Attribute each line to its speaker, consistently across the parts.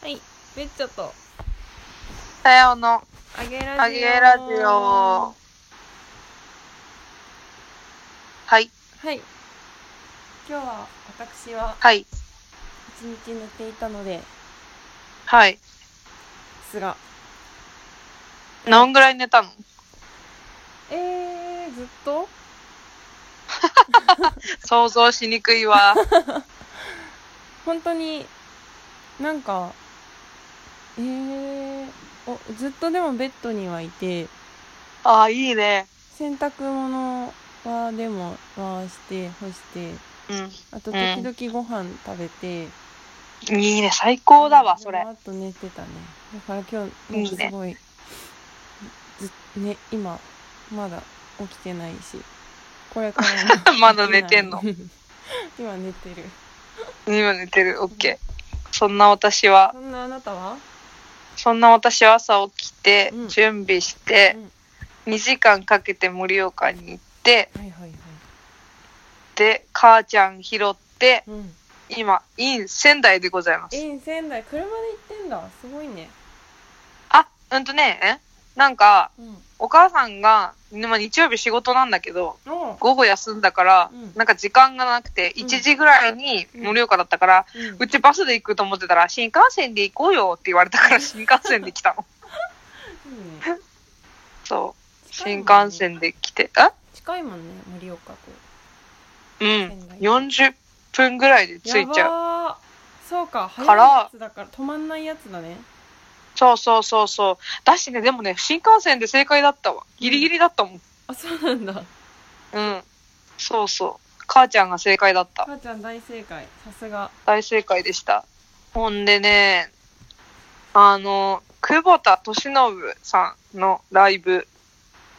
Speaker 1: はい、めっちゃと、
Speaker 2: さようの、
Speaker 1: あげラジオ。
Speaker 2: あげラジオ。はい、
Speaker 1: はい。今日は、私は
Speaker 2: はい、
Speaker 1: 一日寝ていたので
Speaker 2: はい。
Speaker 1: すが、
Speaker 2: 何ぐらい寝たの
Speaker 1: えー、ずっと
Speaker 2: 想像しにく いわ。
Speaker 1: 本当に、なんか、えー、おずっとでもベッドにはいて、
Speaker 2: ああ、いいね。
Speaker 1: 洗濯物はでも回して、干して、
Speaker 2: う
Speaker 1: あと時々ご飯食べて、
Speaker 2: ん。いいね、最高だわ、それ
Speaker 1: あ。と寝てたね。だから今日、
Speaker 2: い
Speaker 1: な
Speaker 2: い
Speaker 1: ん
Speaker 2: ね
Speaker 1: かすごい、ずね、今、まだ起きてないし、これからも
Speaker 2: まだ寝てんの
Speaker 1: 起きない 今寝てる。
Speaker 2: 今寝てる、オッケー。そんな私は、
Speaker 1: そんなあなたは
Speaker 2: そんな私は朝起きて
Speaker 1: うん、
Speaker 2: 準備して
Speaker 1: う、
Speaker 2: 2時間かけて盛岡に行って、
Speaker 1: はいはいはい。
Speaker 2: で、母ちゃん拾って、
Speaker 1: うん。
Speaker 2: 今、イン仙台でございま
Speaker 1: え
Speaker 2: す。
Speaker 1: 仙台、車で行ってんだ。すごいね。
Speaker 2: あ、うんとね、なんか、
Speaker 1: うん。
Speaker 2: お母さんが、でも日曜日仕事なんだけど、
Speaker 1: おう。
Speaker 2: 午後休んだから、
Speaker 1: うん
Speaker 2: なんか時間がなくて、
Speaker 1: うん
Speaker 2: 1時ぐらいに盛岡だったから、
Speaker 1: うん
Speaker 2: うちバスで行くと思ってたら、新幹線で行こうよって言われた から新幹線で来たの。
Speaker 1: いいね
Speaker 2: そう。
Speaker 1: 近いも
Speaker 2: 新
Speaker 1: んね
Speaker 2: 幹線で来て、あ
Speaker 1: 近いもんね、盛岡と。
Speaker 2: うん。
Speaker 1: 台
Speaker 2: 40分ぐらいで着いちゃう。
Speaker 1: ゃう。そうか、早
Speaker 2: から
Speaker 1: いやつだから、止まんないやつだね。
Speaker 2: そうそうそうそう。だしね、でもね、新幹線で正解だったわ。ギリギリだったもん。
Speaker 1: あ、そうなんだ。
Speaker 2: うん。そうそう。母ちゃんが正解だった。
Speaker 1: 母ちゃん大正解。さすが。
Speaker 2: 大正解でした。ほんでね、あの、久保田利信さんのライブ、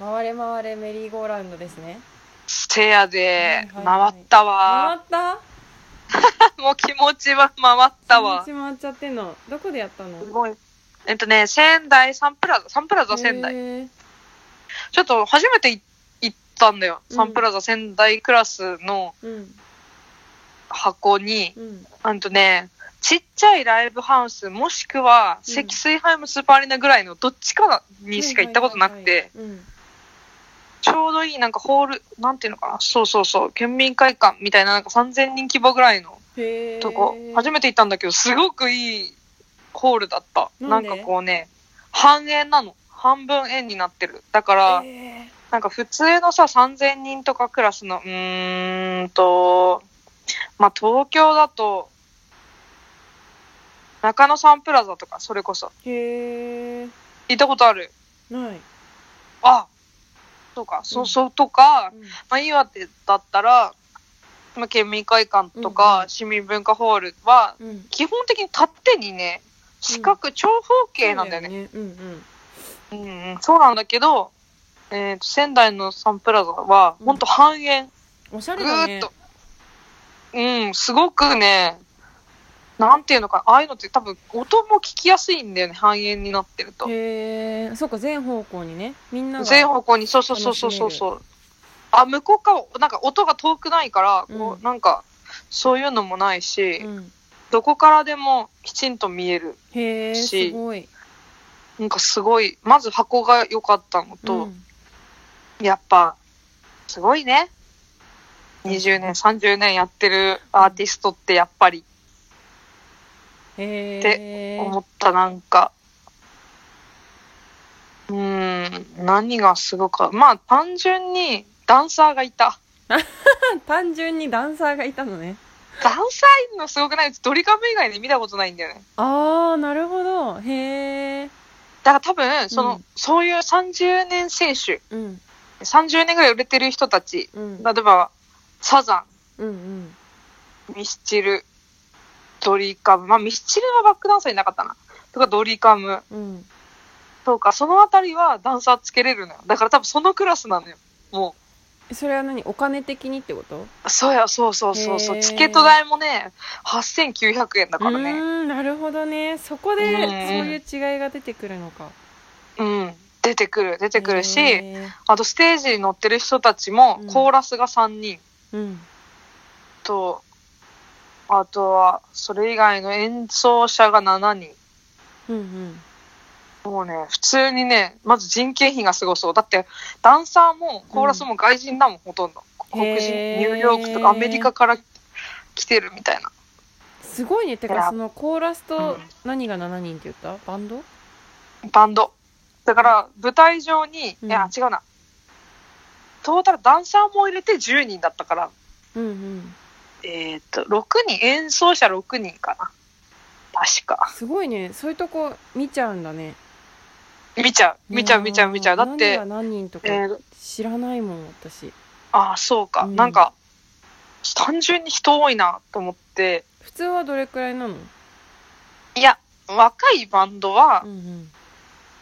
Speaker 1: 回れ回れメリーゴーラウンドですね。
Speaker 2: ステアで
Speaker 1: はいはいはい
Speaker 2: 回った
Speaker 1: 回
Speaker 2: わ。
Speaker 1: った
Speaker 2: もう気持ちは回ったわ。
Speaker 1: 気持ち回っちゃってんの。どこでやったの
Speaker 2: すごい。えっとね、仙台、サンプラザ、サンプラザ仙台。
Speaker 1: へー
Speaker 2: ちょっと初めてい行ったんだよ。
Speaker 1: うん
Speaker 2: サンプラザ仙台クラスの
Speaker 1: うん。
Speaker 2: 箱に、
Speaker 1: うん。
Speaker 2: あんとね、ちっちゃいライブハウス、もしくは、
Speaker 1: うん
Speaker 2: 積水ハイムスーパーアリーナぐらいのどっちかにしか行ったことなくて、
Speaker 1: はいはいはいはい。
Speaker 2: ちょうどいい、なんかホール、なんていうのかな、そうそうそう、県民会館みたいな、なんか3000人規模ぐらいの
Speaker 1: うん。へえ。
Speaker 2: とこ、初めて行ったんだけど、すごくいいホールだった。
Speaker 1: な
Speaker 2: なんん
Speaker 1: で
Speaker 2: かこうね、半円なの。半分円になってる。だから、
Speaker 1: へ
Speaker 2: なんか普通のさ、3000人とかクラスの、うーんと、まあ、東京だと、中野サンプラザとか、それこそ。
Speaker 1: ーへえ。
Speaker 2: 行ったことある
Speaker 1: ない。
Speaker 2: あそうか、そうそうとか、まあ、岩手だったら、まあ、県民会館と
Speaker 1: うんう
Speaker 2: か
Speaker 1: ん
Speaker 2: 市民文化ホールは、
Speaker 1: うん。うん。
Speaker 2: 基本的に縦にね、四角、長方形なんだよね。
Speaker 1: そう。うん
Speaker 2: うん、うん、そうなんだけど、えーと、仙台のサンプラザは、
Speaker 1: うん
Speaker 2: ほんと半円、
Speaker 1: うん。おしゃ
Speaker 2: ぐ
Speaker 1: れだ
Speaker 2: ー
Speaker 1: ね
Speaker 2: っ。と。うん、すごくね、なんていうのかな、ああいうのって多分音も聞きやすいんだよね、半円になってると。
Speaker 1: へえ。そうか、全方向にね。みんなが。
Speaker 2: 全方向に、そうそうそうそうそうそう。あ、向こうか、なんか音が遠くないから、こ
Speaker 1: うん
Speaker 2: う、なんか、そういうのもないし、
Speaker 1: うん。
Speaker 2: どこからでもきちんと見える。
Speaker 1: へえ、す
Speaker 2: し
Speaker 1: ごい。
Speaker 2: なんかすごい、まず箱が良かったの
Speaker 1: う
Speaker 2: と、
Speaker 1: ん
Speaker 2: やっぱ、すごいね。20年、30年やってるアーティストってやっぱり、
Speaker 1: へえ。
Speaker 2: 思ったなんか、うーん、何がすごか、まあ単純にダンサーがいた。
Speaker 1: 単純にダンサーがいたのね。
Speaker 2: ダンサーいるのすごくないうちドリカム以外で見たことないんだよね。
Speaker 1: ああ、なるほど。へえ。
Speaker 2: だから多分、その、
Speaker 1: うん
Speaker 2: そういう30年選手、
Speaker 1: うん、
Speaker 2: 30年ぐらい売れてる人たち、
Speaker 1: うん。
Speaker 2: 例えば、サザ
Speaker 1: うん、うん。
Speaker 2: ン、ミスチル、ドリカム、まあミスチルはバックダンサーいなかったな。とかドリカム
Speaker 1: うん。
Speaker 2: とか、そのあたりはダンサーつけれるのよ。だから多分そのクラスなのよ。も
Speaker 1: それは何お金的にってこと
Speaker 2: う、そうや、そうそうそうそ
Speaker 1: へー
Speaker 2: う。チケット代もね、8900円だから
Speaker 1: う
Speaker 2: ね。
Speaker 1: ーん、なるほどね。そこ
Speaker 2: うん
Speaker 1: で、そういう違いが出てくるのか。
Speaker 2: うん。出てくる、出
Speaker 1: 出
Speaker 2: てくるし、あとステージに乗ってる人たちも
Speaker 1: うん、
Speaker 2: コーラスが3人。
Speaker 1: うん。
Speaker 2: と、あとは、それ以外の演奏者が7人。
Speaker 1: うんうん
Speaker 2: もうね、普通にね、まず人件費がすごそう。だって、ダンサーもコーラスも外人だもん、ほとんど。黒人、ニ
Speaker 1: へー
Speaker 2: ューヨークとかアメリカから来てるみたいな。
Speaker 1: すごいねて
Speaker 2: い
Speaker 1: か
Speaker 2: や
Speaker 1: そのコーラスと
Speaker 2: うん
Speaker 1: 何が7人って言ったバンド
Speaker 2: バンド。だから、舞台上に、
Speaker 1: うん
Speaker 2: いや、違うな。トータルダンサーも入れて10人だったから、
Speaker 1: うんうん
Speaker 2: えーっと、6人、演奏者6人かな。確か。
Speaker 1: すごいねそういうとこ見ちゃうんだね
Speaker 2: 見ちゃう、見ちゃう、見ちゃう、見ちゃう。だって
Speaker 1: 何が、何人とか
Speaker 2: えー
Speaker 1: 知らないもん私
Speaker 2: ああ、そうか。
Speaker 1: うん
Speaker 2: なんか、単純に人多いなと思って、
Speaker 1: 普通はどれくらいなの
Speaker 2: いや、若いバンドは
Speaker 1: うん、うん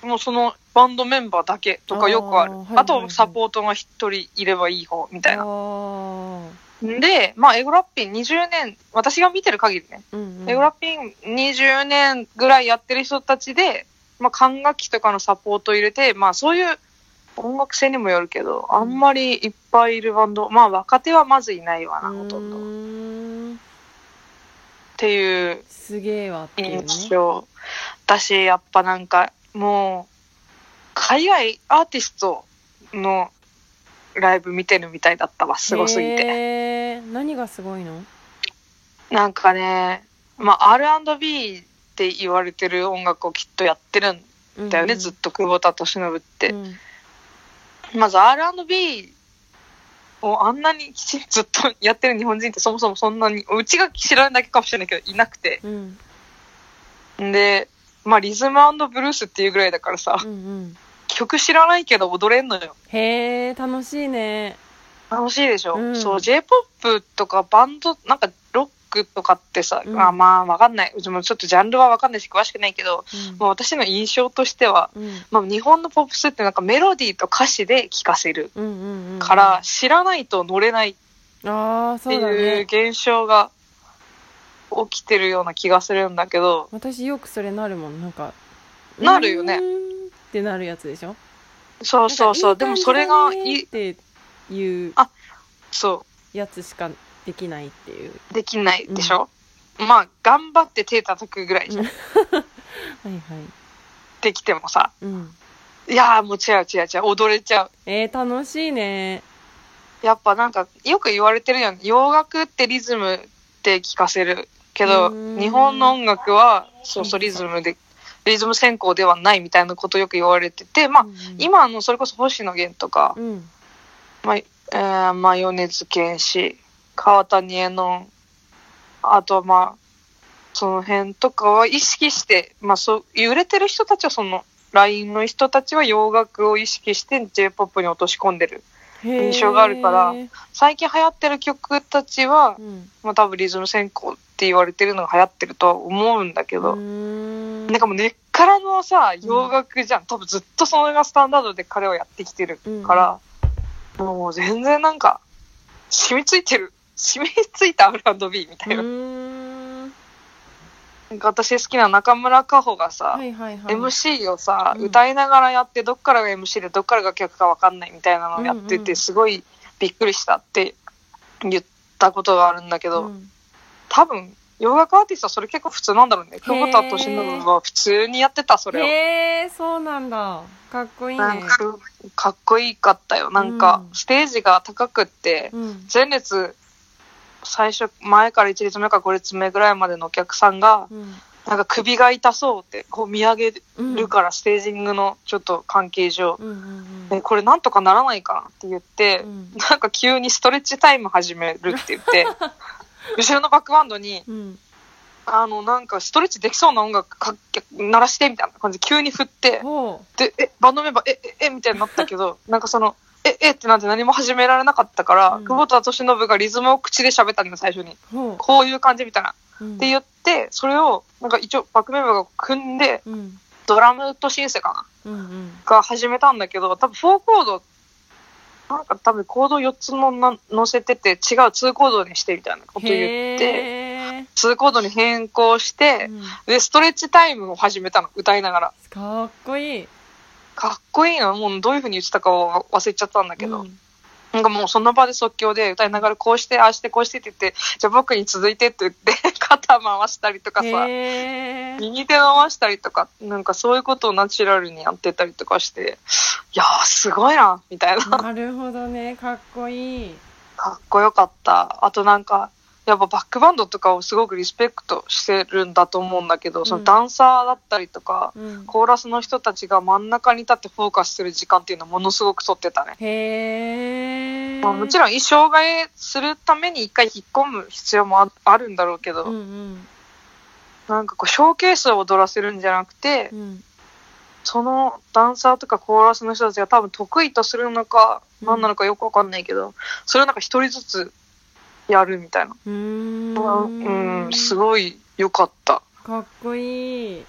Speaker 2: もうそのバンドメンバーだけとかよくある。
Speaker 1: あーはい
Speaker 2: あ,、
Speaker 1: はいはい
Speaker 2: とサポートが一人いればいい方みたい
Speaker 1: あ
Speaker 2: な。
Speaker 1: ー
Speaker 2: で、まあエゴラッピン20年、私が見てる限りね、
Speaker 1: うんうん
Speaker 2: エゴラッピン20年ぐらいやってる人たちで、まあ管楽器とかのサポート入れて、まあそういう音楽性にもよるけど、あんまりいっぱいいるバンド、まあ若手はまずいないわな、ほとんど。
Speaker 1: う
Speaker 2: っ
Speaker 1: ーん
Speaker 2: ていう
Speaker 1: すげえわっていうね
Speaker 2: 印象だし、やっぱなんかもう海外アーティストのライブ見てるみたいだったわすごすぎて、
Speaker 1: へー何がすごいの
Speaker 2: なんかね、まあ、R&B って言われてる音楽をきっとやってるんだよね、ずっと久保田利伸って、
Speaker 1: うん
Speaker 2: まず R&B をあんなにきちんとずっとやってる日本人ってそもそもそんなにうちが知らないだけかもしれないけどいなくて
Speaker 1: うんうん
Speaker 2: でまあリズムブルースっていうぐらいだからさ、
Speaker 1: うんうん
Speaker 2: 曲知らないけど踊れんのよ。
Speaker 1: へえ楽しいね
Speaker 2: 楽しいでしょ、
Speaker 1: うん
Speaker 2: そう、J-POP とかバンド、なんかロックとかってさ、
Speaker 1: うん
Speaker 2: まあまあわかんない。うちもちょっとジャンルはわかんないし詳しくないけど、もう私の印象としては、
Speaker 1: うんうん
Speaker 2: まあ日本のポップスってなんかメロディーと歌詞で聴かせる
Speaker 1: うんうんうん
Speaker 2: から、知らないと乗れないっ
Speaker 1: ああ
Speaker 2: て
Speaker 1: そうだ
Speaker 2: いう
Speaker 1: ね
Speaker 2: 現象が起きてるような気がするんだけど、
Speaker 1: 私よくそれなるもんなんか
Speaker 2: なるよね
Speaker 1: うーんってなるやつでしょ
Speaker 2: そうそうそう、で
Speaker 1: なん
Speaker 2: も
Speaker 1: か
Speaker 2: それが
Speaker 1: いい
Speaker 2: い
Speaker 1: 感じだねっていう
Speaker 2: そう、
Speaker 1: やつしかできないっていう
Speaker 2: できないでしょ、まあ頑張って手叩くぐらいじゃん
Speaker 1: うんはいはい
Speaker 2: できてもさ、
Speaker 1: うん
Speaker 2: いやーもう違う違う違う、踊れちゃう。
Speaker 1: えー、楽しいね
Speaker 2: やっぱなんかよく言われてるよね。洋楽ってリズムって聞かせるけ
Speaker 1: う
Speaker 2: ど
Speaker 1: ーん、
Speaker 2: 日本の音楽はそうそうリズムで、リズム専攻ではないみたいなことよく言われてて、まあ、今のそれこそ星野源とか、
Speaker 1: うんうん
Speaker 2: えー、まあ米津玄師、川谷絵音、あとはまあ、その辺とかは意識して、まあそう、揺れてる人たちはその、LINE の人たちは洋楽を意識して J-POP に落とし込んでる。
Speaker 1: へー
Speaker 2: 印象があるから最近流行ってる曲たちは
Speaker 1: う、ん
Speaker 2: まあ、多分リズム専攻って言われてるのが流行ってるとは思うんだけど、
Speaker 1: うん
Speaker 2: なんかもう根っからのさ洋楽じゃん、多分ずっとそれがスタンダードで彼はやってきてるから、もう全然なんか染みついてる染みついた R&B みたいな,、
Speaker 1: うん
Speaker 2: なんか私好きな中村佳穂がさ、
Speaker 1: はいはいはい
Speaker 2: MC をさ、
Speaker 1: うん
Speaker 2: 歌いながらやってどっからが MC でどっからが客か分かんないみたいなのをやってて、
Speaker 1: うんうん
Speaker 2: すごいびっくりしたって言ったことがあるんだけど、
Speaker 1: うん
Speaker 2: 多分洋楽アーティストはそれ結構普通なんだろうね久保田敏信は普通にやってたそれを、
Speaker 1: へえそうなんだかっこいいね
Speaker 2: なんかかっこいいかったよなんか
Speaker 1: うん
Speaker 2: ステージが高くって
Speaker 1: うん
Speaker 2: 前列最初前から1列目か5列目ぐらいまでのお客さんが
Speaker 1: うん
Speaker 2: なんか首が痛そうってこう見上げ
Speaker 1: うん
Speaker 2: るから、ステージングのちょっと関係上、
Speaker 1: うんうんうん
Speaker 2: ねこれなんとかならないかなって言って、
Speaker 1: うん
Speaker 2: なんか急にストレッチタイム始めるって言って 後ろのバックバンドに
Speaker 1: うん
Speaker 2: あの、なんか、ストレッチできそうな音楽かけ鳴らして、みたいな感じで急に振って、
Speaker 1: ほ
Speaker 2: で、え、バンドメンバー、え、え、え、みたいになった けど、なんかその、え、えってなんて何も始められなかったから、
Speaker 1: うん
Speaker 2: 久保田敏信がリズムを口で喋ったんだよ、最初に。
Speaker 1: うほ
Speaker 2: こういう感じみたいな。
Speaker 1: ううん
Speaker 2: って言って、それを、なんか一応、バックメンバーが組んで、
Speaker 1: うん
Speaker 2: ドラムとシンセか
Speaker 1: う
Speaker 2: な
Speaker 1: んうん
Speaker 2: が始めたんだけど、多分4コード、なんか多分コード4つもな乗せてて、違う2コードにしてみたいなこと言って、
Speaker 1: へえ
Speaker 2: 2コードに変更して、
Speaker 1: うん
Speaker 2: で、ストレッチタイムを始めたの、歌いながら。
Speaker 1: かっこいい
Speaker 2: かっこいいな、もうどういう風に言ってたかは忘れちゃったんだけど、
Speaker 1: うん
Speaker 2: なんかもうその場で即興で歌いながらこうして、ああして、こうしてって言って、じゃあ僕に続いてって言って、 肩回したりとかさ、
Speaker 1: へー
Speaker 2: 右手回したりとか、なんかそういうことをナチュラルにやってたりとかして、いやー、すごいな、みたいな。
Speaker 1: なるほどねかっこいい
Speaker 2: かっこよかった。あとなんか、やっぱバックバンドとかをすごくリスペクトしてるんだと思うんだけど、そうの
Speaker 1: ん
Speaker 2: ダンサーだったりとか、
Speaker 1: うん
Speaker 2: コーラスの人たちが真ん中に立ってフォーカスする時間っていうのをものすごく取ってたね。
Speaker 1: へえ
Speaker 2: まあ、もちろん、障害するために一回引っ込む必要もああるんだろうけど、
Speaker 1: うんうん
Speaker 2: なんかこう、ショーケースを踊らせるんじゃなくて、
Speaker 1: うん
Speaker 2: そのダンサーとかコーラスの人たちが多分得意とするのか、
Speaker 1: うん
Speaker 2: 何なのかよくわかんないけど、それをなんか一人ずつやるみたいな。
Speaker 1: うー
Speaker 2: うん、
Speaker 1: ん
Speaker 2: すごい良かった。
Speaker 1: かっこいい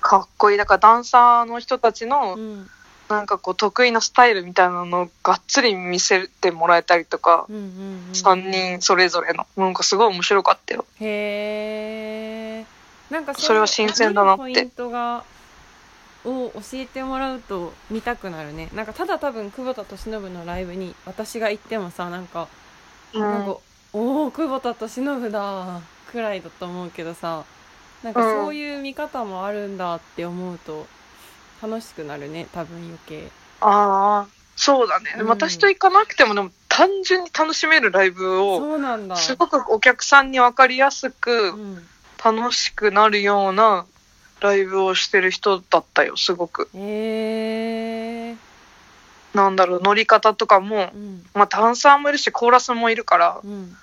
Speaker 2: かっこいい。だからダンサーの人たちの
Speaker 1: う、ん
Speaker 2: なんかこう、得意なスタイルみたいなのをがっつり見せてもらえたりとか、
Speaker 1: うんうんうん
Speaker 2: 3人それぞれの。なんかすごい面白かったよ。
Speaker 1: へえなんかういう
Speaker 2: それは新鮮だなって
Speaker 1: 見るポイントがを教えてもらうと見たくなるねなんかただ多分久保田利伸のライブに私が行ってもさなんか
Speaker 2: う
Speaker 1: なん
Speaker 2: ん
Speaker 1: か、おお、久保田と忍だ、くらいだと思うけどさ、なんかそういう見方もあるんだって思うと、楽しくなるね、多分余計。
Speaker 2: ああ、そうだね。
Speaker 1: うん
Speaker 2: 私と行かなくても、でも単純に楽しめるライブを、
Speaker 1: そうなんだ。
Speaker 2: すごくお客さんに分かりやす
Speaker 1: う
Speaker 2: く、
Speaker 1: ん、
Speaker 2: 楽しくなるようなライブをしてる人だったよ、すごく。
Speaker 1: えー、
Speaker 2: なんだろう、乗り方とかも
Speaker 1: う、ん、
Speaker 2: まあ、ダンサーもいるし、コーラスもいるから、
Speaker 1: うん、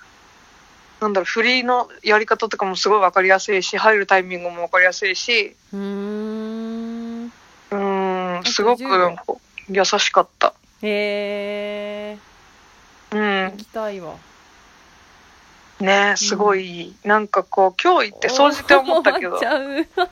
Speaker 2: なんだろう、フリーのやり方とかもすごい分かりやすいし、入るタイミングも分かりやすいし、
Speaker 1: うーん、
Speaker 2: うーん、
Speaker 1: と
Speaker 2: すごくなんか優しかった。
Speaker 1: え
Speaker 2: う
Speaker 1: ー、行
Speaker 2: ん、
Speaker 1: きたいわ。
Speaker 2: ねすごい、なんかこう、今日行って、掃除って思ったけ
Speaker 1: 終わ
Speaker 2: ど
Speaker 1: っち、ゃう。